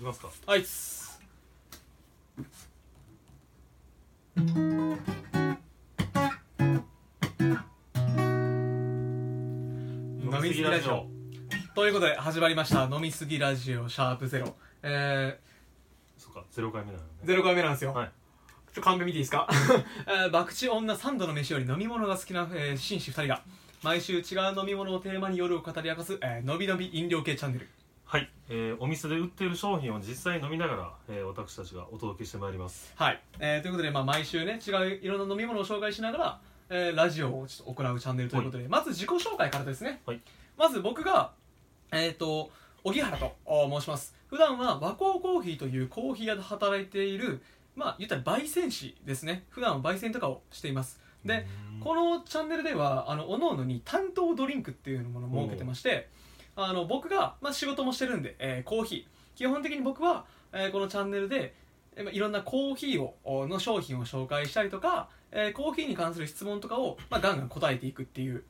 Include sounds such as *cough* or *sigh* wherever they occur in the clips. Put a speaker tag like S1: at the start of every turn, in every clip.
S1: ますか
S2: あいつ飲みすぎラジオということで始まりました「飲みすぎラジオシャープゼロえ
S1: そうか0回目なの
S2: ー、
S1: ね
S2: 0回目なんですよ、
S1: はい
S2: ちょっとカンペ見ていいですか *laughs* えー博打女三度の飯より飲み物が好きな、えー紳士二人が毎週違う飲み物をテーマに夜を語り明かす、えー、のびのび飲料系チャンネル
S1: はい、えー、お店で売っている商品を実際に飲みながら、えー、私たちがお届けしてまいります
S2: はい、えーということで、まあ、毎週ね違ういろんな飲み物を紹介しながら、えーラジオをちょっと行うチャンネルということで、まず自己紹介からですね、
S1: はい
S2: まず僕がえっ、と荻原とお申します普段は和光コーヒーというコーヒー屋で働いているまあ言ったら焙煎師ですね普段は焙煎とかをしていますで
S1: うーん
S2: このチャンネルではあのおののに担当ドリンクっていうものを設けてましてあの僕が、まあ、仕事もしてるんで、えーコーヒー基本的に僕は、えーこのチャンネルで、えーまあいろんなコーヒーをおの商品を紹介したりとか、えーコーヒーに関する質問とかを、まあ、ガンガン答えていくっていう、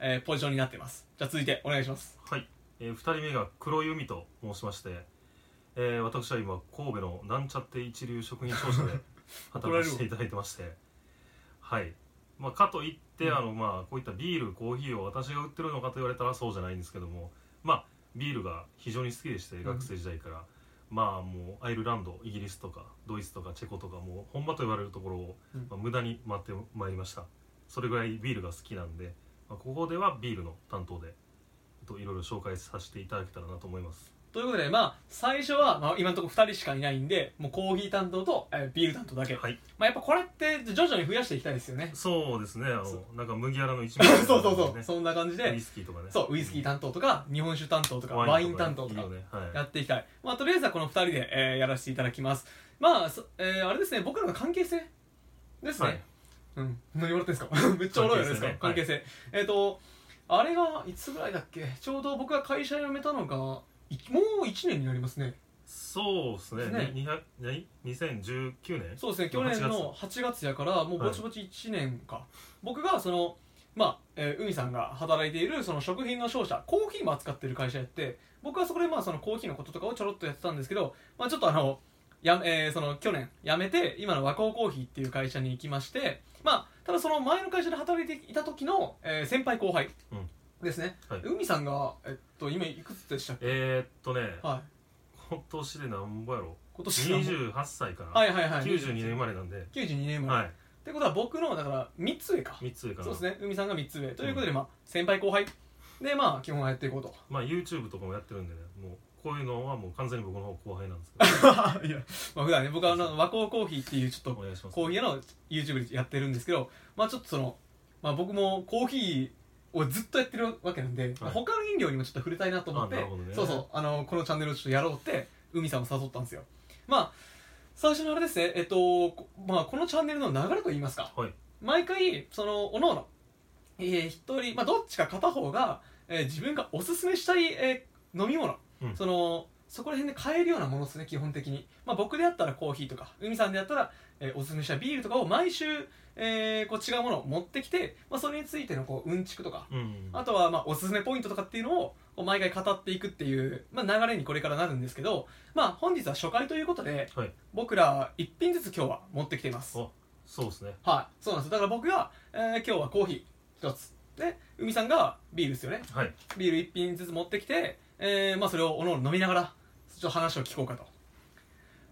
S2: えーポジションになってますじゃあ続いてお願いします
S1: はい、えー、2人目が黒い海と申しまして、えー、私は今神戸のなんちゃって一流食品商 *laughs* 社で働かせていただいてましてはいまあ、かといって、
S2: うん
S1: あのまあ、こういったビールコーヒーを私が売ってるのかと言われたらそうじゃないんですけども、まあ、ビールが非常に好きでして、
S2: ん
S1: 学生時代から、まあ、もうアイルランドイギリスとかドイツとかチェコとかもう本場と言われるところを、
S2: うん
S1: まあ、無駄に待ってまいりましたそれぐらいビールが好きなんで、まあ、ここではビールの担当で、えっと、いろいろ紹介させていただけたらなと思います
S2: ということで、まあ、最初は、まあ、今のところ2人しかいないんでもうコーヒー担当と、えービール担当だけ、
S1: はい
S2: まあ、やっぱこれって徐々に増やしていきたいですよね
S1: そうですねあ
S2: そ
S1: のなんか麦わらの一
S2: そ
S1: 面
S2: う *laughs* そうそう、
S1: ね
S2: そんな感じで
S1: ウイスキーとかね
S2: そうウイスキー担当とか日本酒担当とかワイン担当とか
S1: いいよねはい
S2: やっていきたい、まあ、とりあえずはこの2人で、えーやらせていただきますまあ、そえーあれですね僕らの関係性ですね、
S1: はい
S2: うん何笑ってんすかめっちゃおもろいじゃないですか関
S1: 関
S2: 係
S1: 係
S2: 性,、えっ、とあれがいつぐらいだっけちょうど僕が会社辞めたのがいもう1年になりますね
S1: そうですね
S2: ね
S1: に200何2019年
S2: そうですね去年の8月やからもうぼちぼち1年か、僕がそのまあ、えー海さんが働いているその食品の商社コーヒーも扱ってる会社やって僕はそこでまあそのコーヒーのこととかをちょろっとやってたんですけど、まあ、ちょっとあのや、えーその去年辞めて今の和光コーヒーっていう会社に行きましてまあただその前の会社で働いていた時の、えー先輩後輩
S1: うん
S2: ですね、
S1: はい
S2: 海さんが、えっと、今いくつでしたっけ、
S1: えー、っとね
S2: はい、
S1: 今年でなんぼやろ
S2: 今年の
S1: 28歳かな、
S2: はいはいはい
S1: 92年生まれなんで、
S2: 92年前、
S1: は
S2: ってことは僕のだから3つ上か
S1: い、3つ上かな
S2: そうですね海さんが3つ上ということで、まあ、先輩後輩でまあ基本はやって
S1: *laughs*
S2: いこうと
S1: まあ YouTube とかもやってるんでねもうこういうのはもう完全に僕の方後輩なんですけど
S2: いや、まあ、普段ね僕はあの和光コーヒーっていうちょっ
S1: お
S2: と
S1: 願いします
S2: コーヒー屋の YouTube でやってるんですけどまあちょっとその、まあ、僕もコーヒーをずっとやってるわけなんで、まあ他の飲料にもちょっと触れたいなと思って、
S1: あなるほどね
S2: そうそうあのこのチャンネルをちょっとやろうって海さんを誘ったんですよまあ最初のあれですねえっと、こまあ、このチャンネルの流れといいますか
S1: はい
S2: 毎回そのおのおのえー一人、まあ、どっちか片方が、えー自分がおすすめしたい、えー飲み物、
S1: うん
S2: そのそこら辺で買えるようなものですね基本的に、まあ、僕であったらコーヒーとか海さんであったら、えーおすすめしたビールとかを毎週、えーこう違うものを持ってきて、まあ、それについてのこううんちくとか
S1: うん
S2: あとはまあおすすめポイントとかっていうのをこう毎回語っていくっていう、まあ、流れにこれからなるんですけど、まあ、本日は初回ということで、
S1: はい
S2: 僕ら1品ずつ今日は持ってきています
S1: おそうですね
S2: はい、そうなんですだから僕が、えー今日はコーヒー一つで海さんがビールですよね
S1: はい
S2: ビール一品ずつ持ってきて、えーまあ、それをおのおの飲みながらちょっと話を聞こうかとっ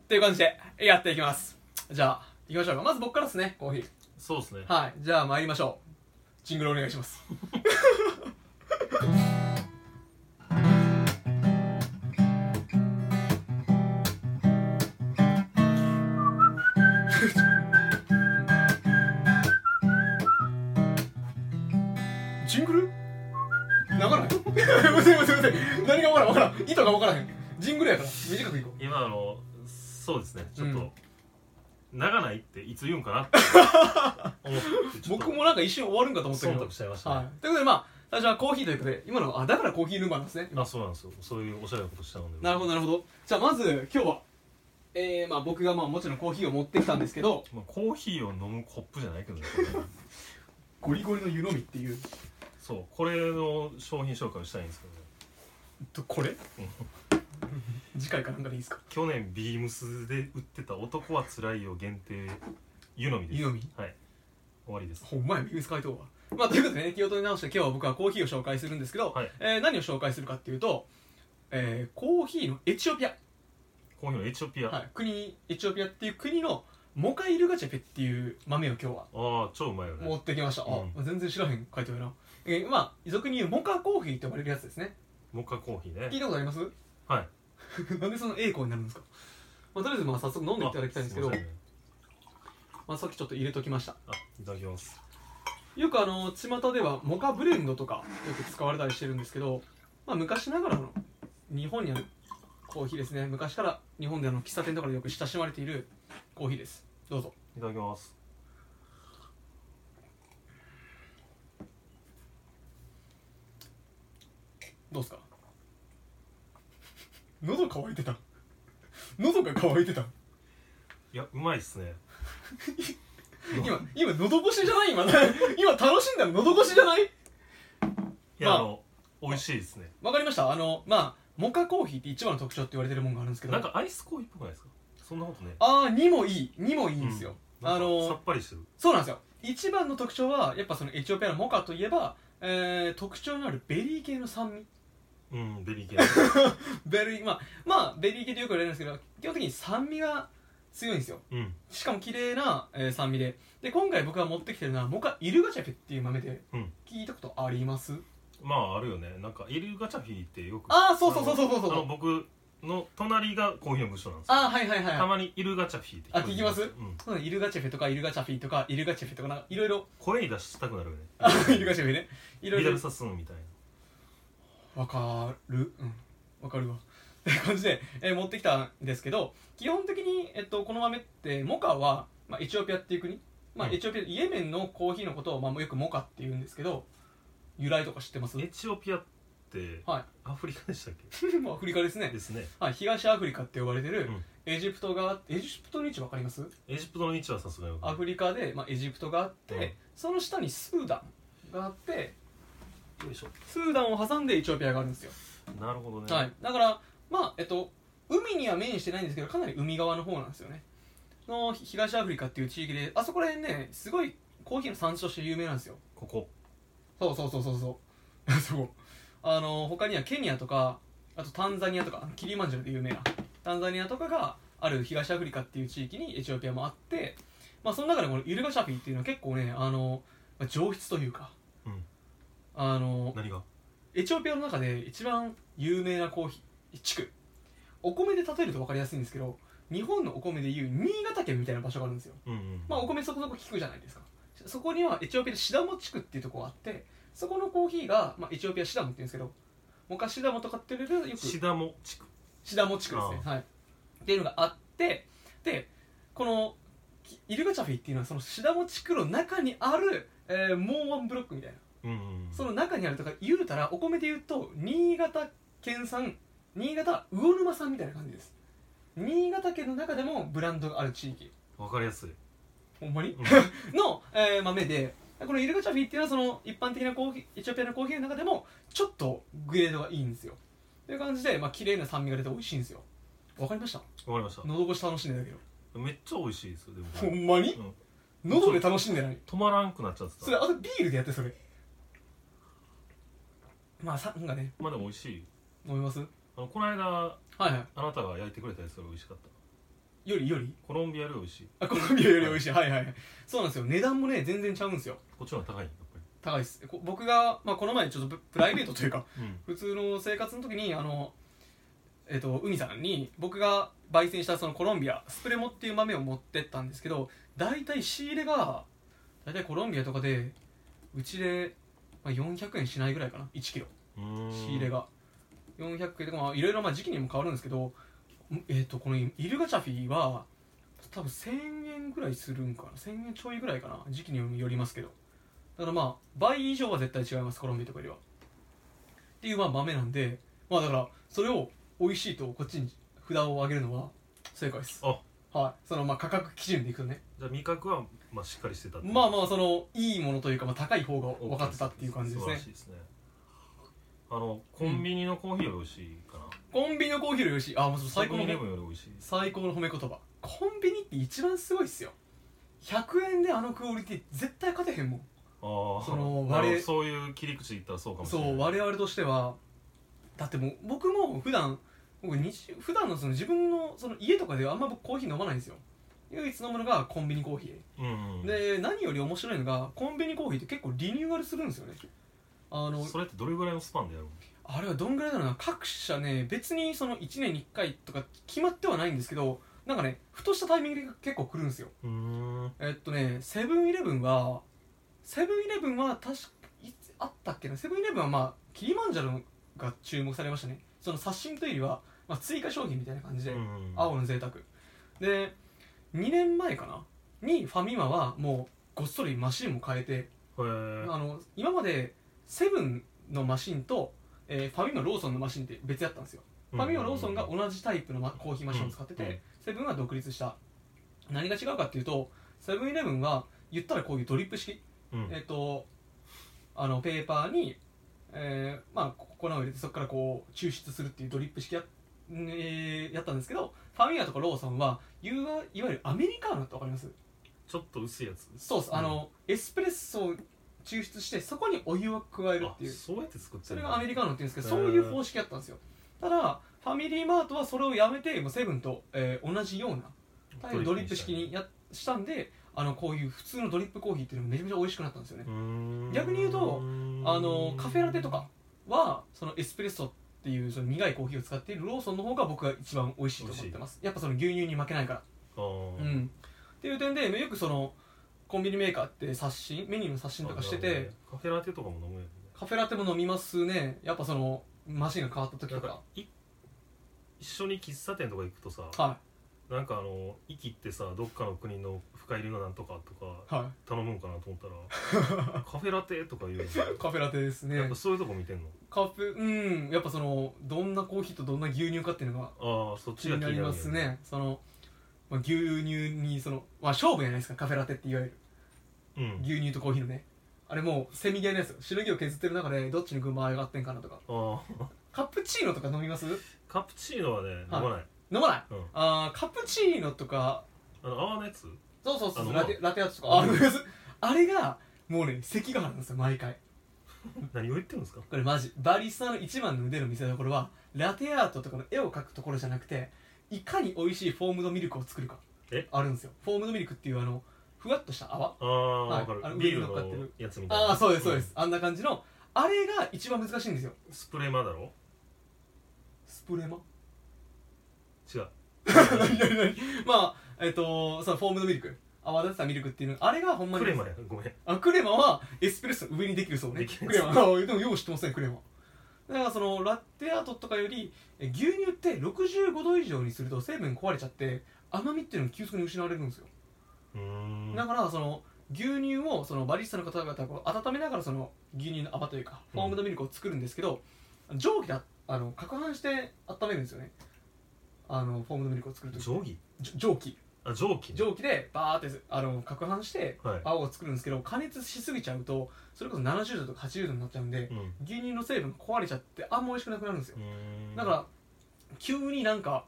S2: ていう感じでやっていきますじゃあ行きましょうかまず僕からですねコーヒー
S1: そうですね
S2: はいじゃあ参りましょうジングルお願いしますジングル流 *laughs* らないむせむせむせ何が分からん分からん意図が分からへんジングルやから短くいこう
S1: 今あのそうですねちょっと、
S2: うん
S1: 長ないっていつ言うんかな
S2: *laughs*
S1: って思ってちょっと
S2: 僕もなんか一瞬終わるんかと思ったけ
S1: 忖
S2: ど
S1: 度しちゃいましたね、
S2: はい、ということでまあ最初はコーヒーということで今のはあだからコーヒールーマーなんですね
S1: あそうなんですよそういうおしゃれなことしたので
S2: なるほどなるほどじゃあまず今日はえー、まあ僕がまあもちろんコーヒーを持ってきたんですけど
S1: まあ、コーヒーを飲むコップじゃないけどね
S2: ゴリゴリの湯飲みっていう *laughs*
S1: そうこれの商品紹介をしたいんですけどね
S2: とこれ次回かなんかでいいですか
S1: 去年ビームスで売ってた「男はつらいよ」限定湯飲みです
S2: 湯飲み
S1: はい終わりです
S2: ほんまやビームス回答はまあということでね気を取り直して今日は僕はコーヒーを紹介するんですけど、
S1: はい
S2: えー何を紹介するかっていうと、えーコーヒーのエチオピア、
S1: コーヒーのエチオピア、
S2: はい、国エチオピアっていう国のモカイルガチェペっていう豆を今日は
S1: ああ超うまいよね
S2: 持ってきました、あ
S1: う
S2: 全然知らへん書いてるな、えーまあ俗に言うモカコーヒーって呼ばれるやつですね
S1: モカコーヒー
S2: 聞
S1: ね
S2: いたことあります
S1: はい
S2: *laughs* なんでその栄光になるんですか、まあ、とりあえずまあ早速飲んでいただきたいんですけど
S1: あすいませんね
S2: まあ、さっきちょっと入れときました
S1: あいただきます
S2: よくあの巷ではモカブレンドとかよく使われたりしてるんですけど、まあ、昔ながらの日本にあるコーヒーですね昔から日本であの喫茶店とかでよく親しまれているコーヒーですどうぞ
S1: いただきます
S2: どうですか *laughs* 喉乾いてた喉が乾いてた
S1: いやうまいっすね
S2: 今今喉越しじゃない今 *laughs* 今楽しんだの喉越しじゃない
S1: いや、
S2: まあ
S1: あ、の美味しいですね
S2: わかりましたあのまあモカコーヒーって一番の特徴って言われてるものがあるんですけど
S1: なんかアイスコーヒーっぽくないですかそんなことね
S2: ああにもいいにもいいんですよ、
S1: なんか
S2: あのー
S1: さっぱりしてる
S2: そうなんですよ一番の特徴はやっぱそのエチオピアのモカといえば、えー特徴のあるベリー系の酸味
S1: うんベリ
S2: *laughs*
S1: ー系
S2: ベリーまあまあベリー系とよく言われるんですけど基本的に酸味が強いんですよ
S1: うん
S2: しかも綺麗な、えー酸味でで今回僕が持ってきてるのはモカイルガチャペっていう豆で、
S1: うん
S2: 聞いたことあります
S1: まああるよねなんかエリルガチャフィーってよく
S2: ああそうそうそうそうそうそ
S1: あの
S2: う
S1: 僕の隣がコーヒーの部署なんですよ
S2: ああはいはい
S1: た
S2: はい
S1: まにイルガチャフィーってこえて
S2: あ聞きます
S1: うん、
S2: そうだイルガチャペとかイルガチャフィとかイルガチャペとかなんかいろいろ
S1: 声に出したくなるよね
S2: あ *laughs* イルガチャフィねいろい
S1: ビダ
S2: ろ
S1: ルサスーンみたいな
S2: わかるうんわかるわ *laughs* って感じで、えー持ってきたんですけど基本的に、えっと、この豆ってモカは、まあ、エチオピアっていう国、まあ、
S1: うん
S2: エチオピアイエメンのコーヒーのことを、まあ、よくモカって言うんですけど由来とか知ってます
S1: エチオピアって
S2: はい *laughs*
S1: アフリカでしたっけ
S2: まあアフリカですね
S1: ですね
S2: はい、東アフリカって呼ばれてる
S1: うん
S2: エジプトがあエジプトの位置わかります
S1: エジプトの位置はさすがに
S2: アフリカで、まあ、エジプトがあって、
S1: うん
S2: その下にスーダンがあって
S1: よいしょ
S2: スーダンを挟んでエチオピアがあるんですよ
S1: なるほどね、
S2: はい、だからまあえっと海には面してないんですけどかなり海側の方なんですよねのひ東アフリカっていう地域であそこら辺ねすごいコーヒーの産地として有名なんですよ
S1: ここ
S2: そうそうそうそうそう *laughs* そうあの他にはケニアとかあとタンザニアとかあのキリマンジャロで有名なタンザニアとかがある東アフリカっていう地域にエチオピアもあってまあその中でこのユルガシャフィっていうのは結構ねあのまあ上質というか、
S1: うん
S2: あの
S1: 何が
S2: エチオピアの中で一番有名なコーヒー地区お米で例えると分かりやすいんですけど日本のお米でいう新潟県みたいな場所があるんですよ
S1: うんうん
S2: まあお米そこそこ聞くじゃないですかそこにはエチオピアでシダモ地区っていうとこがあってそこのコーヒーが、まあ、エチオピアシダモっていうんですけど昔シダモとかっていうよりよく
S1: シダモ地区
S2: シダモ地区ですね、はい、っていうのがあってでこのきイルガチャフィっていうのはそのシダモ地区の中にある、えーもうワンブロックみたいな
S1: うんうんうん
S2: その中にあるとか言うたらお米で言うと新潟県産新潟魚沼産みたいな感じです新潟県の中でもブランドがある地域
S1: わかりやすい
S2: ほんまに、 *laughs*
S1: う
S2: の、えー豆でこのイルガチャフィっていうのはその一般的なコーヒーエチオピアのコーヒーの中でもちょっとグレードがいいんですよという感じで、まあ綺麗な酸味が出て美味しいんですよわかりました
S1: わかりました
S2: 喉越し楽しんでたけど
S1: めっちゃ美味しいですよでも
S2: ほんまに、喉で楽しんでない
S1: 止まらんくなっちゃって
S2: それ
S1: た
S2: あとビールでやってそれまあ酸がね
S1: まあでも美味しい
S2: 飲みますは
S1: あのこの間
S2: いは
S1: あなたが焼いてくれたやつが美味しかった
S2: いよりより
S1: コロンビアより美味しい
S2: あコロンビアより美味しいはいはいそうなんですよ値段もね全然ちゃうんですよ
S1: こっちの方が高いやっぱ
S2: 高いですこ僕が、まあ、この前ちょっとププライベートというか
S1: りうん
S2: 普通の生活の時にあのえっと海さんに僕が焙煎したそのコロンビアスプレモっていう豆を持ってったんですけど大体仕入れが大体コロンビアとかでうちで、まあ、400円しないぐらいかな1キロ
S1: うーん
S2: 仕入れが400円とかまあいろいろまあ時期にも変わるんですけどんえっ、とこのイルガチャフィは多分1000円ぐらいするんかな1000円ちょいぐらいかな時期によりますけどだからまあ倍以上は絶対違いますコロンビアとかよりはっていうまあ豆なんでまあだからそれを美味しいとこっちに札を上げるのは正解です
S1: あ
S2: はいそのまあ価格基準でいくとね
S1: じゃあ味覚はまあしっかりしてたって
S2: まあまあそのいいものというかまあ高い方が分かってたっていう感じです
S1: 素晴
S2: ね
S1: らしいですねあのコンビニのコーヒーより美味しいかな、
S2: コンビニのコーヒーより美味しいあもうそれ最
S1: 最
S2: 高
S1: 高
S2: の
S1: にイレ
S2: ね
S1: ブンより美味しい
S2: 最高の褒め言葉コンビニって一番すごいっすよ100円であのクオリティ絶対勝てへんもん
S1: ああ
S2: その我々
S1: そういう切り口で言ったらそうかもし
S2: そ
S1: れないう
S2: 我々としてはだってもう僕も普段僕日普段のその自分のその家とかではあんま僕コーヒー飲まないんですよ唯一飲むのがコンビニコーヒ
S1: うん、う
S2: ー、
S1: ん、
S2: で何より面白いのがコンビニコーヒーって結構リニューアルするんですよねあの
S1: それってどれぐらいのスパンでやるの
S2: あれはどんぐらいだろうな各社ね別にその1年に1回とか決まってはないんですけどなんかねふとしたタイミングで結構来るんですよ
S1: うーん
S2: えっとねセブンイレブンはセブンイレブンは確かいつあったっけなセブンイレブンはまあキリマンジャロが注目されましたねその刷新というよりは、まあ、追加商品みたいな感じで、
S1: うん
S2: 青の贅沢で2年前かなにファミマはもうごっそりマシンも変えて、
S1: へー
S2: あの今までセブンのマシンと、えーファミマローソンのマシンって別やったんですよファミマローソンが同じタイプのまコーヒーマシンを使ってて、
S1: うんうん
S2: セブンは独立した何が違うかっていうとセブンイレブンは言ったらこういうドリップ式、
S1: うんうん
S2: えっ、とあのペーパーに、えーまあ、粉を入れてそこからこう抽出するっていうドリップ式や,、えーやったんですけどファミマとかローソンはいわいわゆるアメリカーノってわかります
S1: ちょっと薄いやつ
S2: そうです、あのエスプレッソを抽出してそこにお湯を加えるっていう
S1: あそうやって作って
S2: そ
S1: る
S2: れがアメリカーノって言うんですけ
S1: へ
S2: ど、
S1: ー
S2: そういう方式やったんですよただファミリーマートはそれをやめてもうセブンと、えー同じようなタイプドリップ式にやっしたんであのこういう普通のドリップコーヒーっていうのがめちゃめちゃ美味しくなったんですよね、
S1: うーん
S2: 逆に言うとあのカフェラテとかはそのエスプレッソっていうその苦いコーヒーを使っているローソンの方が僕が一番美味しいと思ってますやっぱその牛乳に負けないから
S1: あー
S2: うんっていう点でよくそのコンビニメーカーって刷新メニューの刷新とかして
S1: あなるほどねカ
S2: て
S1: フェラテとかも飲むやんね
S2: カフェラテも飲みますねやっぱそのマシンが変わった時
S1: な
S2: と
S1: ん
S2: か
S1: かい一緒に喫茶店とか行くとさ
S2: は
S1: なんかあの息ってさどっかの国の深入りのなんとかとか
S2: いは
S1: 頼むんかなと思った
S2: *laughs*
S1: らカフェラテとか言うの
S2: いカフェラテです
S1: やっ
S2: ね
S1: ぱそういうとこ見てんの
S2: カフェうんやっぱそのどんなコーヒーとどんな牛乳かっていうのが
S1: ああそっ
S2: 気
S1: ちが
S2: に
S1: 気
S2: なり
S1: になるんや
S2: ますねその、まあ、牛乳にその、まあ、勝負じゃないですかカフェラテっていわゆる
S1: うん
S2: 牛乳とコーヒーのねあれもうせみげですよしのぎを削ってる中でどっちに群馬上がってんかなとか
S1: ああ
S2: カプチーノとか飲みます
S1: *laughs* カプチーノはね飲まない
S2: 飲まない
S1: うん
S2: あーカプチーノとか
S1: あの泡のやつ
S2: そうそうそう
S1: あ飲ま
S2: ラ
S1: ない
S2: テラテアートとかあ飲みますあれがもうね関ヶ原なんですよ毎回
S1: 何を言ってるんですか
S2: これマジバリスタの一番の腕の見せ所はラテアートとかの絵を描くところじゃなくていかに美味しいフォームドミルクを作るか
S1: え
S2: あるんですよフォームドミルクっていうあのふわっとした泡
S1: ああ、
S2: はい
S1: わかる
S2: あの
S1: ビール
S2: 上に乗っかって
S1: の
S2: る
S1: やつみたいな
S2: ああそうですそうです、、あんな感じのあれが一番難しいんですよ
S1: うんスプレーマだろ
S2: スプレーマ *laughs*
S1: 違う
S2: 何何何まあえっ、とそのフォームドミルク泡立てたミルクっていうのあれがほんまに
S1: クレマやごめん
S2: あクレマはエスプレッソの上にできるそうね
S1: できる
S2: クレマあでもよう知ってますねクレマだからそのラテアートとかよりえ牛乳って65度以上にすると成分壊れちゃって甘みっていうのが急速に失われるんですよ、
S1: うーん
S2: だからその牛乳をそのバリスタの方々がこう温めながらその牛乳の泡というかフォームドミルクを作るんですけど、蒸気でああの攪拌して温めるんですよねあのフォームドミルクを作るとき
S1: 定規
S2: じょ蒸気
S1: あ蒸気ね
S2: 蒸気でバーってあの攪拌して
S1: はい
S2: 泡を作るんですけど加熱しすぎちゃうとそれこそ70度とか80度になっちゃうんで
S1: うんう
S2: 牛乳の成分が壊れちゃってあんま美味しくなくなるんですよ
S1: ーん
S2: だから急になんか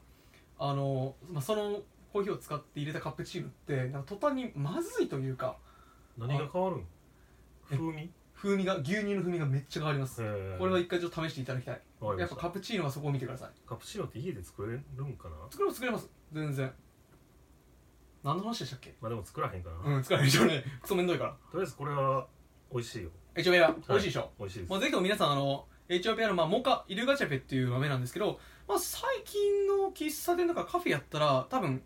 S2: あの、まあ、そのコーヒーを使って入れたカップチームってなんか途端にまずいというか
S1: 何が変わるん風味へ
S2: 風味が牛乳の風味がめっちゃ変わります
S1: え
S2: これは一回ちょっと試していただきたい
S1: わかりま
S2: やっ
S1: し
S2: ぱ
S1: た
S2: カプチーノはそこを見てください
S1: カプチーノって家で作れるんかな
S2: 作れます作れます全然何の話でしたっけ
S1: まあでも作らへんかな、と
S2: うん作れるでしょうねクソめんどいから
S1: りあえずこれは美味しいよ
S2: エチオピアは美味しいでしょ、
S1: 美味しいです
S2: まあ、ぜひとも皆さんあのエチオピアの、まあ、モカイルガチャペっていう豆なんですけど、まあ、最近の喫茶店とかカフェやったら多分、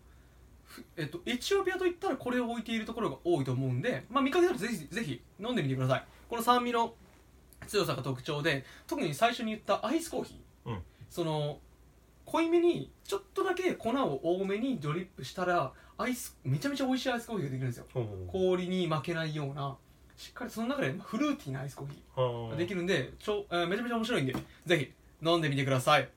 S2: ふえっと、エチオピアといったらこれを置いているところが多いと思うんで、まあ、見かけたらぜひぜひ飲んでみてくださいこの酸味の強さが特徴で特に最初に言ったアイスコーヒー、
S1: うん
S2: その濃いめにちょっとだけ粉を多めにドリップしたらアイスめちゃめちゃ美味しいアイスコーヒーができるんですよ
S1: ほうほうほう
S2: 氷に負けないようなしっかりその中でフルーティーなアイスコーヒー
S1: はあ
S2: できるんでちょ、えーめちゃめちゃ面白いんでぜひ飲んでみてください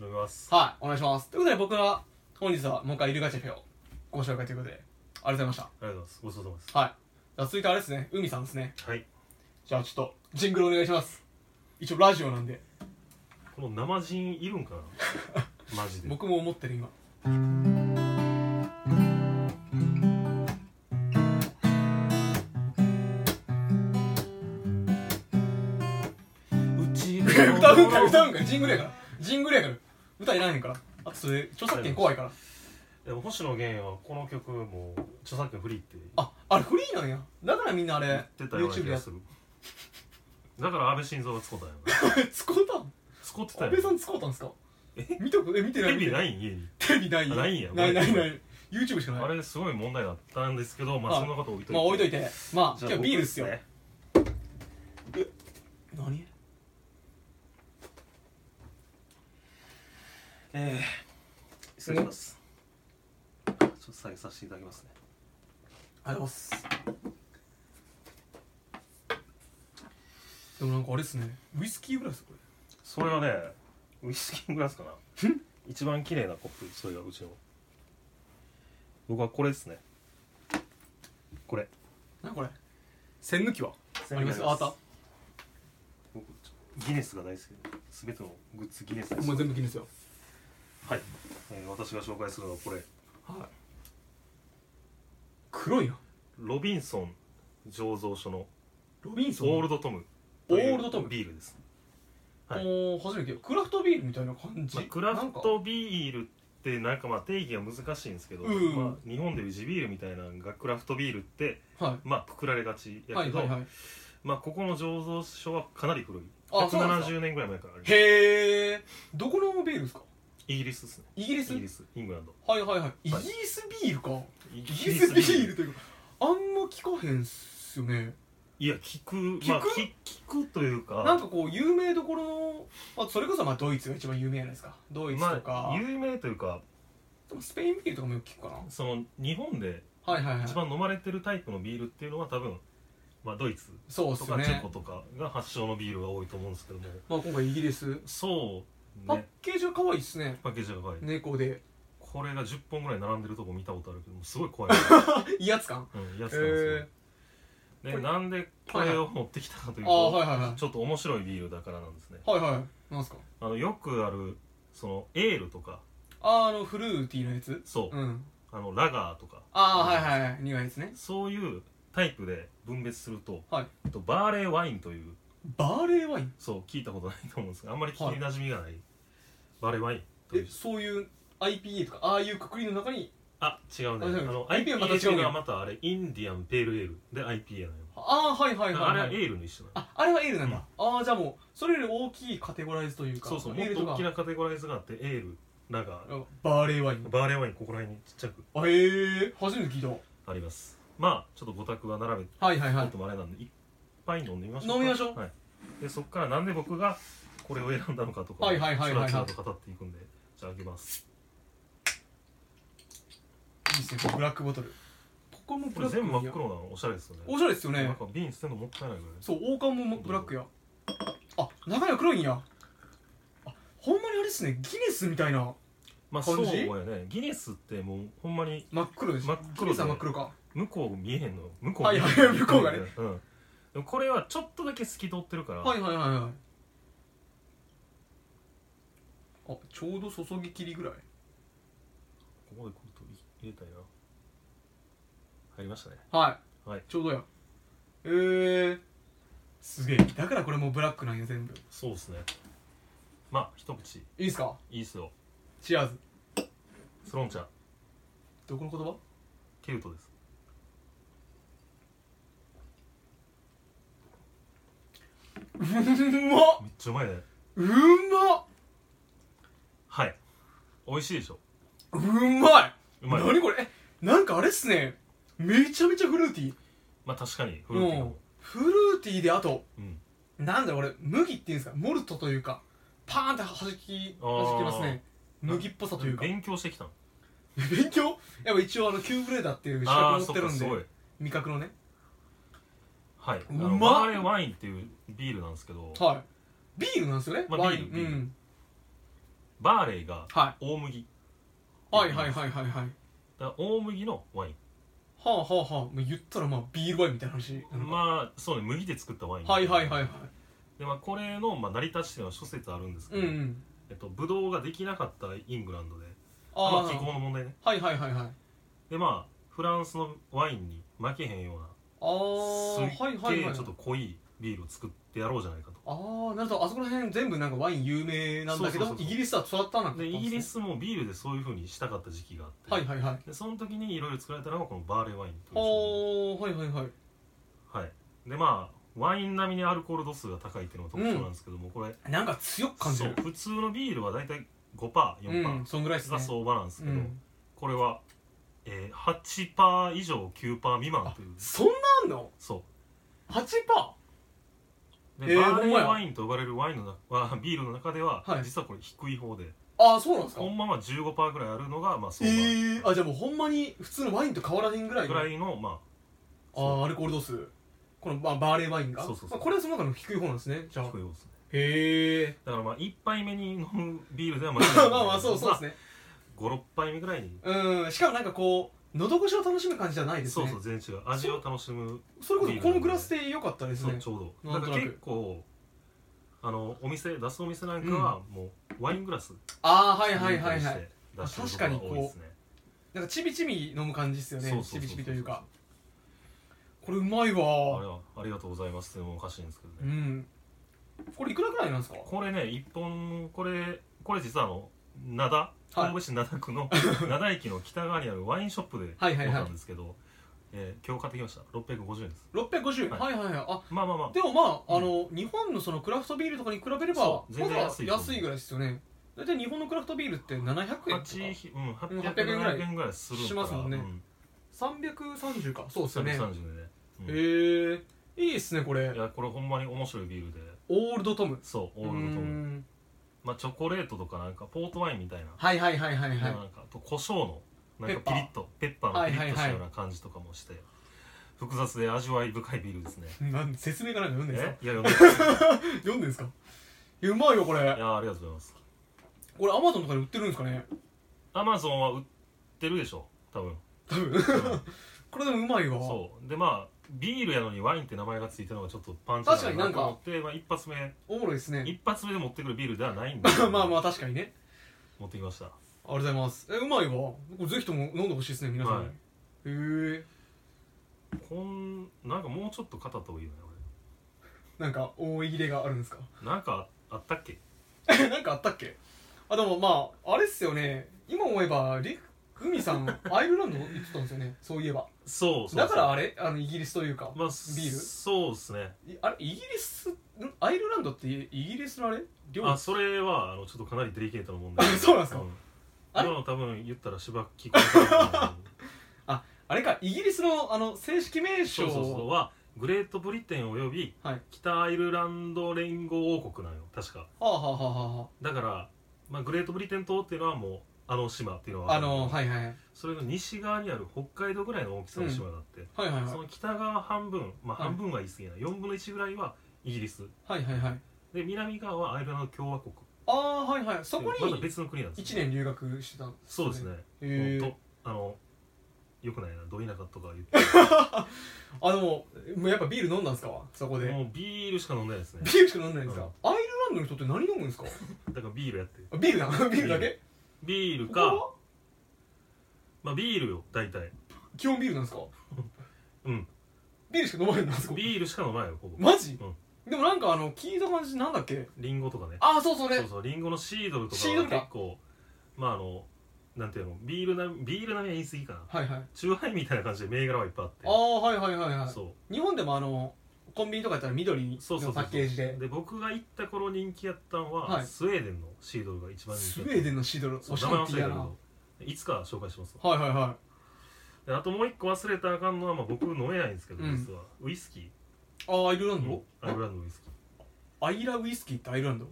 S1: 飲みます
S2: はいお願いしますということで僕は本日はもう一回イルガチェフェをご紹介ということでありがとうございまし
S1: ありがとうございますごちそうさまです
S2: たはいじゃあ続いてあれですね海さんですね
S1: はい
S2: じゃあちょっとジングルお願いします一応ラジオなんで
S1: この生人いるんか
S2: *laughs*
S1: なマジで
S2: 僕も思ってる
S1: *laughs*
S2: 今
S1: *laughs*
S2: 歌うんかい歌うんかいジングルやからジングルやから歌いらんへんからあとそれ著作権怖いから
S1: でも星野源はこの曲もう著作権フリーって
S2: ああれフリーなんやだからみんなあれ
S1: 言ってたような気
S2: YouTube でや
S1: が
S2: っ
S1: するだから安倍晋三が使ったんや
S2: *laughs*
S1: な
S2: 使うたん
S1: 使ってた
S2: 安
S1: よ
S2: 倍さん使うたんすか見とくえ見て
S1: テ
S2: ない
S1: レ
S2: 見て
S1: ビ
S2: な
S1: ないいん家に
S2: テレビない
S1: ないんや
S2: ないないない YouTube しかない
S1: あれすごい問題だったんですけどまあ
S2: あ
S1: そんなこと置いといて
S2: まあ置いといてまあ
S1: じゃあ
S2: 今日はビールっすよ
S1: 僕ね
S2: 何
S1: ええ失礼しますちょっと下げさせていただきますね
S2: ありがとうございますでもなんかあれっすねウイスキーぐらいっすこれ
S1: それはねウイスキーグラスかな一番綺麗なコップそれがうちの僕はこれですねこれ
S2: 何これ栓抜きはありますああった
S1: 僕ギネスが大好きですべてのグッズギネスで
S2: お
S1: す
S2: 前全部気にですよ
S1: はい、えー私が紹介するのはこれ
S2: はい黒いな
S1: ロビンソン醸造所の
S2: ロビンソン
S1: オールドトム
S2: オールドトム
S1: ビールです、はい
S2: おー初めて聞いたクラフトビールみたいな感じ、
S1: まあ、クラ
S2: なん
S1: フ
S2: か
S1: トビールってなんかまあ定義が難しいんですけど、
S2: うん
S1: まあ、日本でいう地ビールみたいなのがクラフトビールって
S2: は
S1: まあくくられがち
S2: い、
S1: や
S2: は
S1: け
S2: い
S1: ど、
S2: はいはい
S1: まあここの醸造所はかなり古い
S2: あそうなんですか
S1: 170年ぐらい前からある
S2: へえどこのビールですか
S1: イギリスですね
S2: イギリ
S1: イ
S2: ス
S1: ギリスイングランド
S2: はいはいはいイギリスビールか、
S1: イ
S2: イギリスビールというかあんま聞かへんっすよね
S1: いや聞く
S2: く
S1: まあ聞聞くというか
S2: なんかこう有名どころの、まあ、それこそまあドイツが一番有名じゃないですかドイツとか、
S1: まあ、有名というか
S2: でもスペインビールとかもよく聞くか
S1: その日本で
S2: なはいはいはい
S1: 一番飲まれてるタイプのビールっていうのは多分、まあ、ドイツ
S2: そうっ
S1: と
S2: すよ
S1: かチェ
S2: ね
S1: コ、とかが発祥のビールが多いと思うんですけども、
S2: まあ、今回イギリス
S1: そう
S2: パッ
S1: ね
S2: ケージが可愛いっすね
S1: パッケージが可愛い
S2: 猫で
S1: これが10本ぐらい並んでるとこ見たことあるけどもうすごい
S2: *laughs*
S1: 怖い、う
S2: 威圧感
S1: ん、やつ
S2: え
S1: なんですよ、
S2: こ
S1: で
S2: れ
S1: なんでこれを持ってきたかという
S2: ー、あ
S1: と、
S2: あはいはいはい
S1: ちょっと面白いビールだからなんですね
S2: はいはいなんすか
S1: あのよくあるそのエールとか
S2: あーあのフルーティーのやつ
S1: そう、
S2: うん
S1: あのラガーとか
S2: ああはいはいはい苦いやつね
S1: そういうタイプで分別すると、
S2: はい
S1: えっとバーレーワインという
S2: バーレーワイン
S1: そう聞いたことないと思うんですがあんまり聞きなじみがない、バーレーワインとい
S2: え
S1: う
S2: そういう IPA とかああいうくくりの中に
S1: あ違うね
S2: あ
S1: あ
S2: 違う
S1: の
S2: IPA はまた違う
S1: IPA
S2: ね
S1: がまたあれインディアンペールエールで IPA なのよ、
S2: ああはいはい
S1: あ
S2: はい、
S1: れはエ
S2: はい、
S1: ールの一緒なの
S2: ああれはエールなんだ、ああじゃあもうそれより大きいカテゴライズというか
S1: そうそう
S2: エ
S1: も
S2: ー
S1: っ
S2: ル
S1: と
S2: とか
S1: 大きなカテゴライズがあってエールラガー
S2: あバーレーワイン
S1: バーレーワインここら辺にちっちゃく
S2: あへえ初めて聞いた
S1: ありますまあちょっとごたくは並べて
S2: はいはいは
S1: ちょ
S2: い
S1: っとあれなんでいっぱい飲んでみましょうか
S2: 飲みましょう
S1: はい、でそっからなんで僕がこれを選んだのかとか
S2: はいはいはいはいはい
S1: ちらちらと語っていくんでじゃあ開けます
S2: いいっすねこれブラックボトルここも
S1: こ
S2: ブラ
S1: れ
S2: ック
S1: 全部真
S2: や
S1: っ黒なのおしゃれですよね
S2: おしゃれですよ
S1: な
S2: ね
S1: んか瓶捨てるのもったいないぐらいです
S2: そう王冠もブラックやあ中身は黒いんやあほんまにあれっすねギネスみたいな
S1: まあ
S2: 感
S1: そう
S2: じ
S1: やねギネスってもうほんまに
S2: 真っ黒です
S1: 真っ黒で
S2: ギネスは真っ黒か
S1: 向こう見えへんの向こう
S2: はい
S1: 見えへん
S2: はい向こうがね
S1: うんでもこれはちょっとだけ透き通ってるから、
S2: はいはいはいはいあちょうど注ぎ切りぐらい
S1: ここでこれと入れたいな入りましたね
S2: はい、
S1: はい
S2: ちょうどやえー、すげえだからこれもうブラックなんや全部
S1: そうですねまあ一口い
S2: いいっすか
S1: いっすよ
S2: チアーズ
S1: スロン茶
S2: どこの言葉
S1: ケルトですめ
S2: うんまっ
S1: っちゃうまいね
S2: うんまっ
S1: はい美味しいでしょ
S2: うまいう
S1: まい
S2: 何これえなんかあれっすねめちゃめちゃフルーティー
S1: まあ確かにフルーティー
S2: う
S1: の
S2: んフルーティーであと
S1: うん
S2: なんだろう俺麦っていうんですかモルトというかパーンってはじき
S1: あー
S2: はじきますね麦っぽさというか
S1: 勉強してきたの
S2: 勉強やっぱ一応あのキューブレーダーっていう資格
S1: あ
S2: を
S1: あ
S2: 持っ
S1: そって
S2: る
S1: か
S2: ん
S1: す
S2: で
S1: ごい
S2: 味覚のね
S1: はいあ
S2: うま
S1: の
S2: っ
S1: バーレーワインっていうビールなんですけど
S2: はいビールなんですよね、
S1: まあ
S2: ワイン
S1: ビールビール
S2: うん
S1: バーレーが
S2: は
S1: 大麦
S2: い、はいはいはいはいはいは
S1: だから大麦のワイ
S2: あはあはあもう言ったらまあビールワインみたいな話な
S1: ン
S2: のか
S1: まあそうね麦で作ったワイン
S2: はいはいはいはい
S1: で、まあ、これの、まあ、成り立ちっていうのは諸説あるんですけ
S2: うん
S1: ど、
S2: うん
S1: えっと、ブドウができなかったイングランドで
S2: あ
S1: まあ、気候
S2: ー
S1: の問題ね
S2: はいはいはいはい
S1: でまあフランスのワインに負けへんような
S2: ああ
S1: す
S2: はいはいは
S1: っ
S2: い
S1: げ
S2: は
S1: え
S2: い
S1: ちょっと濃いビールを作ってやろうじゃないかと
S2: ああなるほどあそこら辺全部なんかワイン有名なんだけ
S1: そうそ
S2: ど
S1: うそうそう
S2: イギリスは育ったなんか
S1: でイギリスもビールでそういうふうにしたかった時期があって、
S2: はいはいはい
S1: でその時にいろいろ作られたのがこのバーレーワインという商品
S2: おーはいはいはい
S1: はいでまあワイン並みにアルコール度数が高いっていうのが特徴なんですけども、これ
S2: なんか強く感じる
S1: そう普通のビールは大体 5%4%
S2: うんそんぐらいですね
S1: が相場なんですけど、
S2: うん
S1: これは、えー、8%以上9%未満という
S2: そんなあんの
S1: そ
S2: ?8%?
S1: うで、
S2: えー
S1: バー
S2: ほ
S1: レ
S2: んま
S1: ー
S2: や
S1: ワインと呼ばれるワインの中はビールの中では、
S2: はい
S1: 実はこれ低い方で
S2: ああそうなんですか
S1: ほんまは15%ぐらいあるのが、まあ、
S2: え
S1: 相場、
S2: えー、あじゃあもうほんまに普通のワインと変わらへんぐらい
S1: ぐ
S2: の
S1: らいのま
S2: あーアルコール度数この、まあ、バーレーワインが
S1: そうそうそう
S2: まあ、これはその中の低い方なんですねじ
S1: あ
S2: ゃあ
S1: 低い方ですね
S2: へえ *laughs*
S1: だからまあ1杯目に飲むビールではま
S2: まあまあ *laughs* そうそうですね
S1: 56杯目ぐらいに
S2: うんしかもなんかこう喉越しを楽しむ感じじゃないです
S1: そう
S2: ね
S1: そう全然違う味を楽しむ
S2: それこそこのグラスで良かったです
S1: そう
S2: ね
S1: ちょうどだ
S2: なん
S1: か
S2: と
S1: ら
S2: なく
S1: 結構あのお店出すお店なんかはもうワイングラス
S2: ああは
S1: はい
S2: はいはいはい
S1: 出してるとこが多いですね
S2: なんかちびちび飲む感じですよ
S1: そうそ
S2: ね
S1: うそう
S2: ち
S1: そう
S2: びちびというかこれうまい
S1: あれ
S2: わ
S1: はありがとうございますっていうのもおかしいんですけど
S2: う
S1: ね
S2: んこれいくらぐらいなんですか
S1: これね一本これこれ実はあの灘
S2: はい
S1: 神戸市灘区
S2: *laughs*
S1: の灘駅の北側にあるワインショップで
S2: は
S1: 買
S2: いはいはい
S1: ったんですけどえー今日買ってきました650円です
S2: 650
S1: はい
S2: はいはいはいあ
S1: まあまあまあ
S2: でもまあ、
S1: うん
S2: あの日本のそのクラフトビールとかに比べれば
S1: そう全然安い
S2: まだ安いぐらいですよね大体日本のクラフトビールって700円
S1: 八
S2: と
S1: うん、
S2: うん
S1: 800
S2: 800円
S1: 円
S2: ぐ
S1: ぐ
S2: ら
S1: ら
S2: い
S1: い円ぐらいするから
S2: しますもんね
S1: うん、
S2: か330かそうですよ
S1: 330
S2: ね
S1: で
S2: へ
S1: ね、うん
S2: えいいっすねこれ
S1: いやこれほんまに面白いビールで
S2: オールドトム
S1: そうオールドト
S2: う
S1: ム、
S2: ん
S1: まあ、チョコレートとかなんかポートワインみたいな,、
S2: はいはいはいはいはい
S1: なんかあと胡椒のなんか
S2: ペッパ
S1: ピ
S2: ー
S1: リッとペッパーのピリッとし
S2: はい
S1: た
S2: はいはい
S1: ような感じとかもして、複雑で味わい深いビールですね
S2: なん説明から読んでんすか
S1: えいやいやいや
S2: 読んでんすかいやうまいよこ
S1: い
S2: れ
S1: やありがとうございます
S2: これアマゾンとかで売ってるんですかね
S1: アマゾンは売ってるでしょ多分、
S2: 多分
S1: うん
S2: これでもうまいわ
S1: そうでまあビールやのにワインって名前がついたのがちょっとパンチだなと思って、まあ、一発目
S2: おもろいですね
S1: 一発目で持ってくるビールではないんで
S2: *laughs* まあまあ確かにね
S1: 持ってきました
S2: ありがとうございますえうまいわこれぜひとも飲んでほしいですね皆さんに、
S1: はい
S2: へえ
S1: こんなんかもうちょっと語った方がいいよね
S2: なんか大入れがあるんですか *laughs*
S1: 俺なんかあったっけ
S2: なんかあったっけあでもまああれっすよね今思えばリグミさんアイルランド行ってたんですよねそういえば
S1: そうそうそう
S2: だからあれあのイギリスというか、
S1: まあ、
S2: ビール
S1: そうですね
S2: いあれイギリスんアイルランドってイギリスのあれ領
S1: あそれはあのちょっとかなりデリケートな問
S2: あ
S1: 題
S2: *laughs* そうなんですかあ
S1: 今
S2: れ
S1: の多分言ったら芝木君だ
S2: あれかイギリスのあの正式名
S1: と
S2: 称 *laughs*
S1: 思うそうそうそうはグレートブリテンおよび
S2: はい
S1: 北アイルランド連合王国なのよ確か
S2: はあはあはあは
S1: だから、まあ、グレートブリテン島っていうのはもうあの島っていうの
S2: あ
S1: は
S2: あの
S1: い、
S2: はいはいはい
S1: それの西側にある北海道ぐらいの大きさの島があって、
S2: はいはいはい
S1: その北側半分、まあ、
S2: はい
S1: 半分は言い過ぎない、4分の1ぐらいはイギリス
S2: はいはいはい
S1: で南側はアイルランド共和国
S2: ああはいはいそこ
S1: まだ
S2: に
S1: 別の国なんです
S2: 1
S1: よ
S2: 年留学してたんです
S1: そうですね、
S2: へ
S1: もう
S2: え
S1: とあのよくないなど田舎とか言っ
S2: あでももうやっぱビール飲んだんですかそこ
S1: て
S2: で
S1: もうビールしか飲んでないですね
S2: ビールしか飲んでないんですか
S1: うん
S2: アイルランドの人って何飲むんですか
S1: だからビールやって
S2: あビールだビールだけ
S1: ビール
S2: 他
S1: か、
S2: は
S1: まあ、ビールよ大体
S2: 基本ビールなんですか
S1: うん
S2: ビールしか飲まへんのあそこ
S1: ビールしか飲まないよほぼ
S2: マジ
S1: うん
S2: でもなんかあの聞いた感じなんだっけ
S1: リンゴとかね
S2: ああそうそれ
S1: そうそうリンゴのシードルとか
S2: シード
S1: は
S2: ルか
S1: 結構まああのなんていうのビールなビール並みは言い過ぎかな
S2: はいはい
S1: チューハイみたいな感じで銘柄はいっぱいあって
S2: ああはいはいはいは
S1: そう
S2: い日本でもあのコンビニとかやったら緑の
S1: そうそうそうそう
S2: パッケージで
S1: で僕が行った頃人気やったのは、
S2: はい
S1: スウェーデンのシードルが一番
S2: ス
S1: 人
S2: ウ
S1: 気
S2: ェーデンのシードル
S1: そう
S2: おし
S1: 名
S2: ゃ
S1: 前
S2: れ
S1: 忘
S2: っ
S1: れ
S2: て
S1: た
S2: や
S1: け
S2: なは
S1: どいつか紹介しますわ
S2: いはいはい
S1: であともう一個忘れたらあかんのは、まあ、僕飲めないんですけど、
S2: うん
S1: 実はウイスキ
S2: あーアイルラ
S1: ー
S2: ンド
S1: アイルランドウイスキー
S2: アイラウイスキーってアイルランド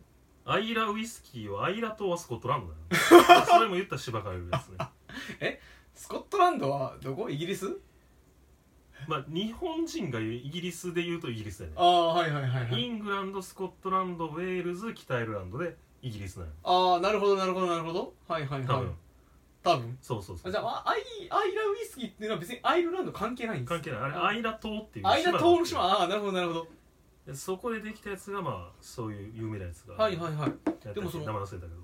S1: アイラウイスキーはアイラ島はスコットランドだよ
S2: *laughs*
S1: それも言ったら芝から言うやつね
S2: スコットランドはどこイギリス
S1: まあ日本人が言うイギリスで言うとイギリスだよね
S2: ああはいはいはいはい
S1: イングランドスコットランドウェールズ北アイルランドでイギリスなのよ
S2: ああなるほどなるほどなるほどはいはいはい
S1: 多分、
S2: 多分
S1: そうそうそ
S2: あ
S1: う
S2: じゃああアイアイラウイスキーっていうのは別にアイルランド関係ないんです
S1: 関係ないあれアイラ島っていう
S2: アイラ島の
S1: だ
S2: 島ああなるほどなるほど
S1: でそこでできたやつがまあそういう有名なやつが
S2: はいはいはい
S1: やったっけ
S2: でもその
S1: 名前忘れたけど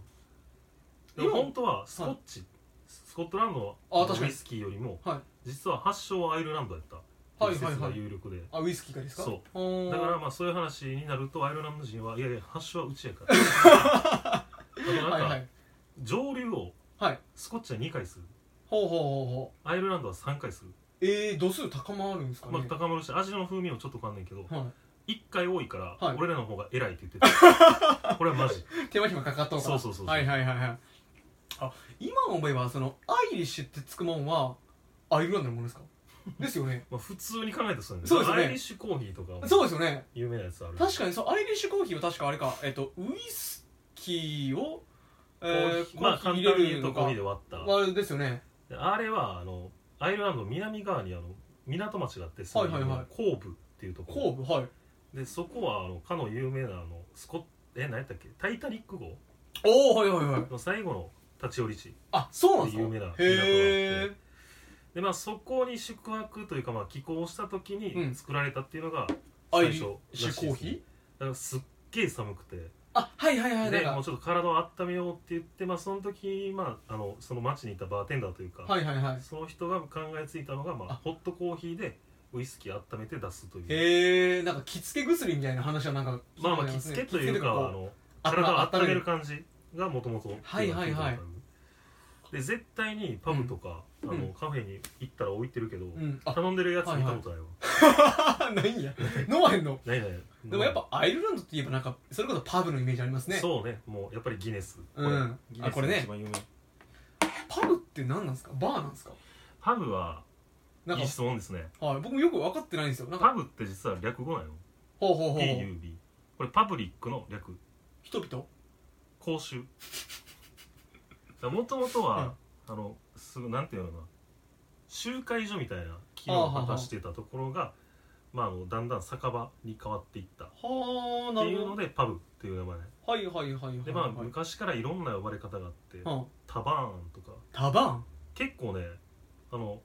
S2: 今
S1: でも本当はスコッチ、スコットランド
S2: あ
S1: の
S2: 確か
S1: ウ
S2: に
S1: イスキーよりも
S2: はい
S1: 実は発祥はアイルランドやったって
S2: はいいうはい
S1: 説
S2: は
S1: が
S2: い
S1: 有力で、
S2: あウイスキーがですか
S1: そうだから
S2: は
S1: まあそういう話になるとアイルランド人はいやいや発祥はうちやから
S2: *laughs*
S1: あとなん
S2: いは
S1: か
S2: い
S1: 上流を
S2: はい
S1: スコッチは2回する
S2: ほうほうほうほ
S1: アイルランドは3回する、
S2: うえー、度数高まるんですかね
S1: まあ、高まるし味の風味もちょっと変わんねんけど
S2: は
S1: 1回多いから
S2: はい
S1: 俺らの方が偉いって言ってた
S2: *laughs*
S1: これはマジ
S2: い、手間暇かかっとうから
S1: そうそうそうそう
S2: はいはいはいはいあ今思えばそのアイリッシュってつくもんはアイルランドのも
S1: *laughs*
S2: のですかですよね
S1: まあ普通に考えたらそうやね
S2: そうですよね
S1: アイリッシュコーヒーとかも
S2: そうですよね
S1: 有名なやつある
S2: 確かにそうアイリッシュコーヒーは確かあれか、えっと、ウイスキーを、えー
S1: コーヒーまあ
S2: コー
S1: 簡
S2: ヒ
S1: 単
S2: ー
S1: に
S2: 入れ
S1: 言う
S2: る
S1: と
S2: の
S1: コ
S2: か
S1: ーヒーで割った
S2: はですよね
S1: であれはあのアイルランドの南側にあの港町があって
S2: はいはいはい
S1: コーブっていうところ
S2: 後部はい
S1: でそこはあのかの有名なあのスコえ何やったっけ「タイタニック号
S2: おおはいはいはい」
S1: の最後の立ち寄り地
S2: あそうなんですか
S1: 有名な港があって
S2: へえ
S1: でまあそこに宿泊というかまあ寄港した時
S2: うん
S1: に作られたっていうのが
S2: ア
S1: 最
S2: イリ
S1: 初
S2: ッ
S1: らしい
S2: シ
S1: ですね
S2: ュコーヒー
S1: だからすっげえ寒くて
S2: あはいはいはい
S1: で
S2: な
S1: もう
S2: んか
S1: ちょっと体を温めようって言ってまあその時まああのその町にいたバーテンダーというか、
S2: はいはいはい
S1: その人が考えついたのがまあ
S2: あ
S1: ホットコーヒーでウイスキー温めて出すという
S2: へえんか着付け薬みたいな話はなんか聞いた
S1: まあ
S2: こ
S1: まあ
S2: とり
S1: 着
S2: す
S1: 付
S2: ね
S1: けというかあの
S2: あ
S1: 体を温める
S2: か
S1: 感じがもともと
S2: はいはいはい
S1: で絶対にパブとか、
S2: ん
S1: あ
S2: う
S1: のカフェに行ったら置いてるけど、
S2: うんあ
S1: 頼んでるやつ見たことないわ、
S2: *laughs* ないんや飲まへんの
S1: ないない
S2: でもやっぱアイルランドって言えばなんかそれこそパブのイメージありますね
S1: そうねもうやっぱりギネス
S2: うんあ
S1: ギネス
S2: これね
S1: が一番有名
S2: パブって何なんですかバーなんですか
S1: パブは
S2: なん
S1: い
S2: か
S1: い質問ですね
S2: はい僕もよく分かってないんですよなんか
S1: パブって実は略語なの
S2: ほうほうほう
S1: PUB これパブリックの略
S2: 人々
S1: 公衆もともとは、あのすぐなんていうのかな集会所みたいな機能を果たしてたところがまあ、あのだんだん酒場に変わっていったっ
S2: はあ
S1: て
S2: な
S1: いう
S2: る
S1: の
S2: ほ
S1: でパブっていう名前
S2: どはいはいはいはいはい
S1: でまあ昔からいろんな呼ばれ方があって、
S2: うん
S1: タバーンとか
S2: タバン
S1: 結構ねあの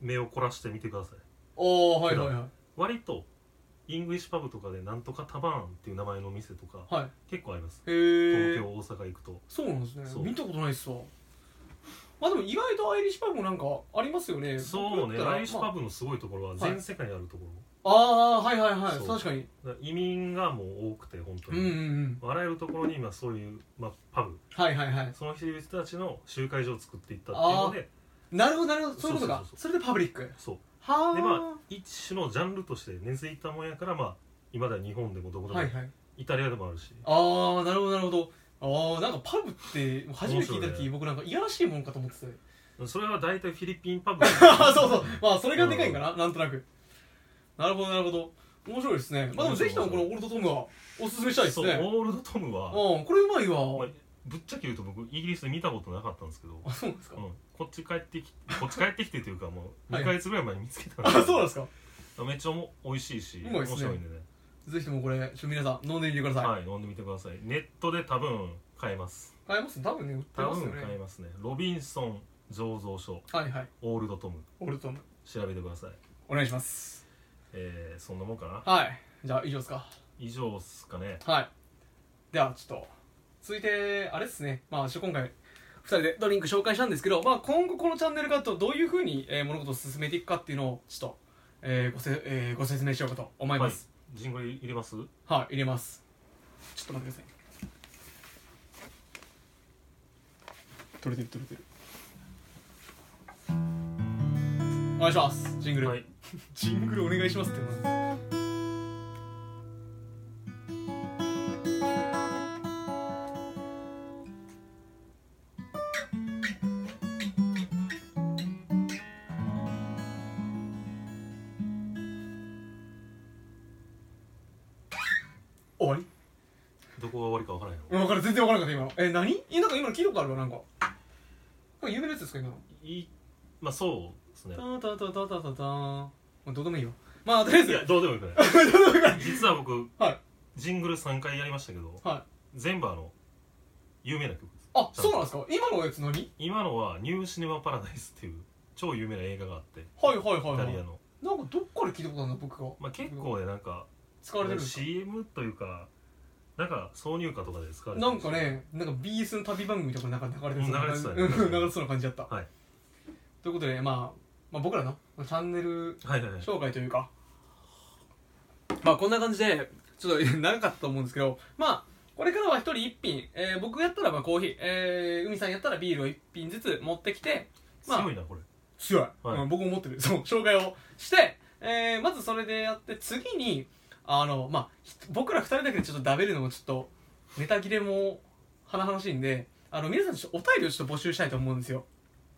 S1: 目を凝らしてみてください
S2: おおはいはいはい
S1: 割とイングリッシュパブとかでなんとかタバーンっていう名前の店とか
S2: はい
S1: 結構あります東
S2: へえ
S1: 京大阪行くと
S2: そうなんですね
S1: そう
S2: 見たことないっすわまあでも意外とアイリッシュパブもなんかありますよね
S1: そう
S2: 僕
S1: ね
S2: だったら
S1: ライシュパブのすごいところはい全世界にあるところ、
S2: まああーはいはいはい
S1: そう
S2: 確かに
S1: だから移民がもう多くて本当
S2: うん
S1: に、
S2: うんうん
S1: あらゆるところに今そういう、まあ、パブ
S2: はいはいはい
S1: その人たちの集会所を作っていったっていうので
S2: なるほどなるほどそういうことか
S1: そうそうそう
S2: それでパブリック
S1: そう
S2: はあ
S1: でま一種のジャンルとして根付いたもんやからまあ今では日本でもどこでも、
S2: はいはい
S1: イタリアでもあるし
S2: ああなるほどなるほどああなんかパブって初めて聞いた
S1: 面白い
S2: 時
S1: ね
S2: 僕なんかいやらしいもんかと思ってて
S1: それは大体フィリピンパブ
S2: あー *laughs* そうそうまあそれがでかいんかななんとなくなるほどなるほど面白いですねまあでもぜひともこのオールドトムはおすすめしたいです
S1: そう
S2: ね
S1: オールドトムは
S2: うんこれうまい
S1: ま
S2: わ
S1: あぶっちゃけ言うと僕イギリスで見たことなかったんですけど、
S2: あそうなんですか
S1: うんこっち帰ってきこっち帰ってきてというかもう
S2: はい
S1: 2ヶ月ぐらい前に見つけたん
S2: あ
S1: ですけ
S2: そう
S1: ど
S2: なんですか
S1: めっちゃおも美味しいし
S2: うまいっすね
S1: 面白いんでね
S2: ぜひともこれちょっと皆さん飲んでみてください、
S1: はい、飲んでみてくださいネットで多分買えます
S2: 買えます多分ね売って
S1: 多
S2: ますよ
S1: 分
S2: ね
S1: 買えますねロビンソン醸造所
S2: はいはい
S1: オールドトム
S2: オールドトム
S1: 調べてください
S2: お願いします
S1: えー、そんなもんかな
S2: はいじゃあ以上ですか
S1: 以上っすかね
S2: はいではちょっと続いてあれですねまあちょっと今回2人でドリンク紹介したんですけど、まあ、今後このチャンネルがどういうふうに、えー物事を進めていくかっていうのをちょっと、えーごせえーご説明しようかと思います
S1: ジングル入れます
S2: はい、入れますちょっと待ってください取れてる取れてるお願いしますジングル、
S1: はい
S2: ジングルお願いしますってな終わり
S1: どこが終わりかわからないの
S2: 分からん全然分からなかった今のえ何えなんか今の聞いたことあるわなんかこれ有名なやつですか今の
S1: いまあそうですね
S2: タンタンタンタンタンタンタンもうどうでもいいよまあとりあえ
S1: い
S2: ず
S1: やどうでもよくない
S2: *laughs*
S1: 実は僕、
S2: はい
S1: ジングル3回やりましたけど
S2: はい
S1: 全部あの有名な曲です
S2: あそうなんですか今のやつ何はい
S1: 今のは「ニューシネマ・パラダイス」っていう超有名な映画があって
S2: はいはい
S1: イタ
S2: はい
S1: リアの、
S2: なんかどっから聞いたことあるんだ僕が
S1: まあ、結構ねなんか
S2: 使われてるんです
S1: CM というかなんか挿入歌とかで使われ
S2: か
S1: て
S2: な
S1: る
S2: んかねなんか BS の旅番組とかなんか流れてそう
S1: う
S2: な
S1: ん流れてたね
S2: *laughs* うん流れてそうな感じだった、
S1: はい
S2: ということで、まあ、まあ僕らのチャンネル
S1: はいはいはい
S2: 紹介というかまあこんな感じでちょっと *laughs* 長かったと思うんですけどまあこれからは一人一品、えー僕やったらまあコーヒー、えー、海さんやったらビールを一品ずつ持ってきてまあ
S1: 強いなこれ
S2: 強い、
S1: はい
S2: うん、僕も持ってるそう紹介をして、えーまずそれでやって次にあのまあひ僕ら二人だけでちょっとダベるのもちょっとネタ切れも華々しいんであの皆さんちょっとお便りをちょっと募集したいと思うんですよ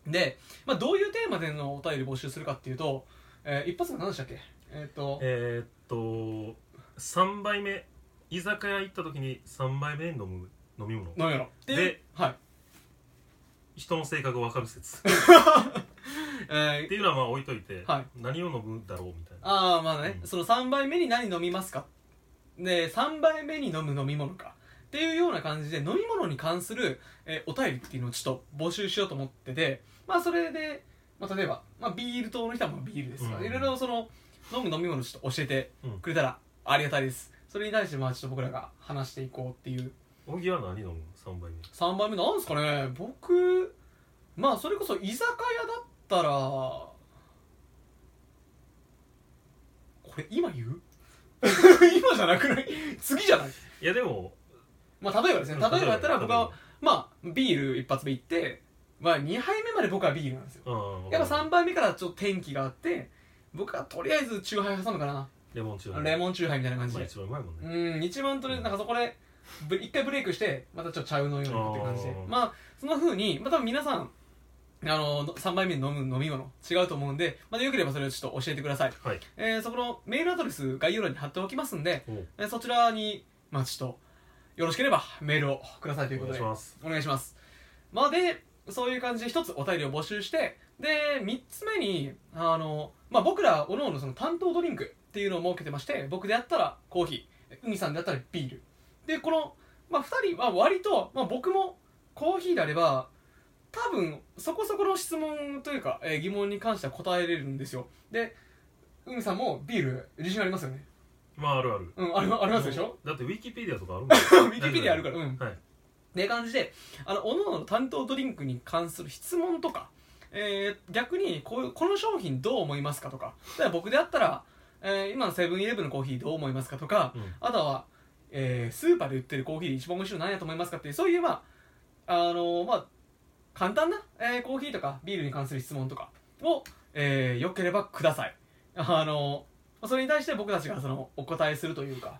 S2: で、まあ、どういうテーマでのお便り募集するかっていうと、えー一発目何でしたっけえーっと
S1: えーっと3杯目居酒屋行った時に3杯目に飲む飲み物
S2: 何やろっていう
S1: で
S2: はい
S1: 人の性格分かる説っ
S2: えー
S1: ていうのはまあ置いといて、
S2: はい
S1: 何を飲むだろうみたいな
S2: ああまあね、
S1: うん
S2: その3杯目に何飲みますかで3杯目に飲む飲み物かっていうような感じで飲み物に関する、えーお便りっていうのをちょっと募集しようと思っててまあそれで、まあ、例えば、まあ、ビール党の人はまあビールですから、
S1: うん
S2: いろいろその飲む飲み物ちょっと教えて
S1: うん
S2: くれたらありがたいです、それに対してまあちょっと僕らが話していこうっていう
S1: 小木は何飲む3杯
S2: 3杯目なんですかね僕まあそれこそ居酒屋だったらこれ今言う *laughs* 今じゃなくない *laughs* 次じゃない
S1: 目いやでも
S2: まあ例えばですね例えばやったら僕はまあビール一発目行って、まあ、2杯目まで僕はビールなんですよ
S1: うん
S2: やっぱ3杯目からちょっと天気があって僕はとりあえずチューハイ挟むかな
S1: レモンチュー
S2: レ
S1: ン
S2: モンチューハイみたいな感じ
S1: まあ
S2: で
S1: 一番うまいもんね
S2: うん一番とりあえずなんかそこでぶ一回ブレイクしてまたちょっと茶うのようにって感じで
S1: あー
S2: まあそんな風にまあ多分皆さんあの3杯目に飲む飲み物違うと思うんでまたよければそれをちょっと教えてください、
S1: はい
S2: えーそこのメールアドレス概要欄に貼っておきますんで、
S1: おう
S2: えーそちらにまあちょっとよろしければメールをくださいとい
S1: お
S2: うこ
S1: 願い
S2: と
S1: し
S2: で
S1: ます
S2: お願いしますまあでそういう感じで一つお便りを募集してで3つ目にあの、まあ、僕らおのおのその担当ドリンクっていうのを設けてまして僕であったらコーヒー海さんであったらビールでこの、まあ、2人は割と、まあ、僕もコーヒーであれば多分そこそこの質問というか、えー疑問に関しては答えれるんですよで海さんもビール自信ありますよね
S1: まああるある
S2: うんありありますでしょ
S1: だってウィキペディアとかあるもん
S2: *laughs* ウィキペディアあるからうん
S1: はい
S2: って感じであの各々の担当ドリンクに関する質問とか、えー逆にこういうこの商品どう思いますかとか例えば僕であったら、えー今のセブンイレブンのコーヒーどう思いますかとか
S1: うん
S2: あとは、えースーパーで売ってるコーヒーで一番美味しいの何やと思いますかっていうそういうまああのーまあ簡単な、えーコーヒーとかビールに関する質問とかを、えーよければくださいあのーそれに対して僕たちがそのお答えするというか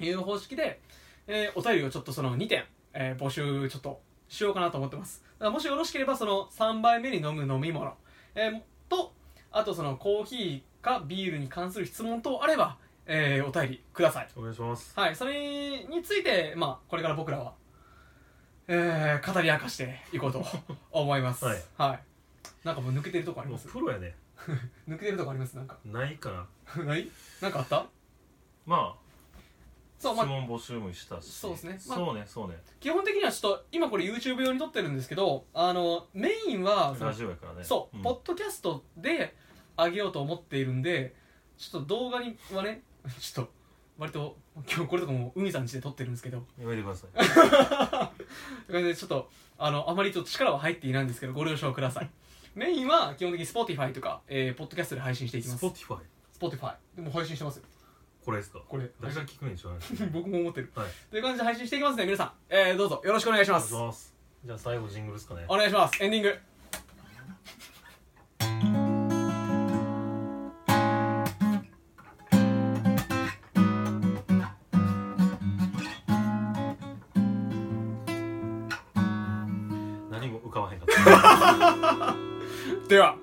S2: いう方式で、えーお便りをちょっとその2点、えー募集ちょっとしようかなと思ってますだからもしよろしければその3杯目に飲む飲み物、えーとあとそのコーヒーかビールに関する質問等あれば、えーお便りください
S1: お願いします
S2: はいそれについてまあこれから僕らは、えー語り明かして
S1: *laughs*
S2: いこうと思います
S1: はい、
S2: なんかもう抜けてるとこあり
S1: も
S2: ま
S1: う
S2: す
S1: プロやね
S2: 抜けてるとこありますなん
S1: *laughs*
S2: か
S1: ないから
S2: ないなんかあった
S1: まあ
S2: そう
S1: 質
S2: まあ
S1: 問募集もしたし
S2: そうですねまあ
S1: そうねそうね
S2: 基本的にはちょっと今これ YouTube 用に撮ってるんですけどあのメインはその
S1: ラジオやからね
S2: そう、
S1: ん
S2: ポッドキャストで上げようと思っているんでちょっと動画にはね *laughs* ちょっと割と今日これとかもう海さん家で撮ってるんですけど
S1: やめてください
S2: という感じでちょっとあのあまりちょっと力は入っていないんですけどご了承くだ *laughs* さいメインは基本的に Spotify とか、えー、ポッドキャストで配信していきます
S1: Spotify
S2: Spotify でも配信してますよ
S1: これですか
S2: これ
S1: 誰が聞くねんちょっと
S2: *laughs* 僕も思ってる
S1: はい
S2: という感じで配信していきますね皆さん、えー、どうぞよろしくお願いします
S1: お願いしますじゃあ最後ジングルですかね
S2: お願いしますエンディング
S1: 何も浮かばへんかった
S2: では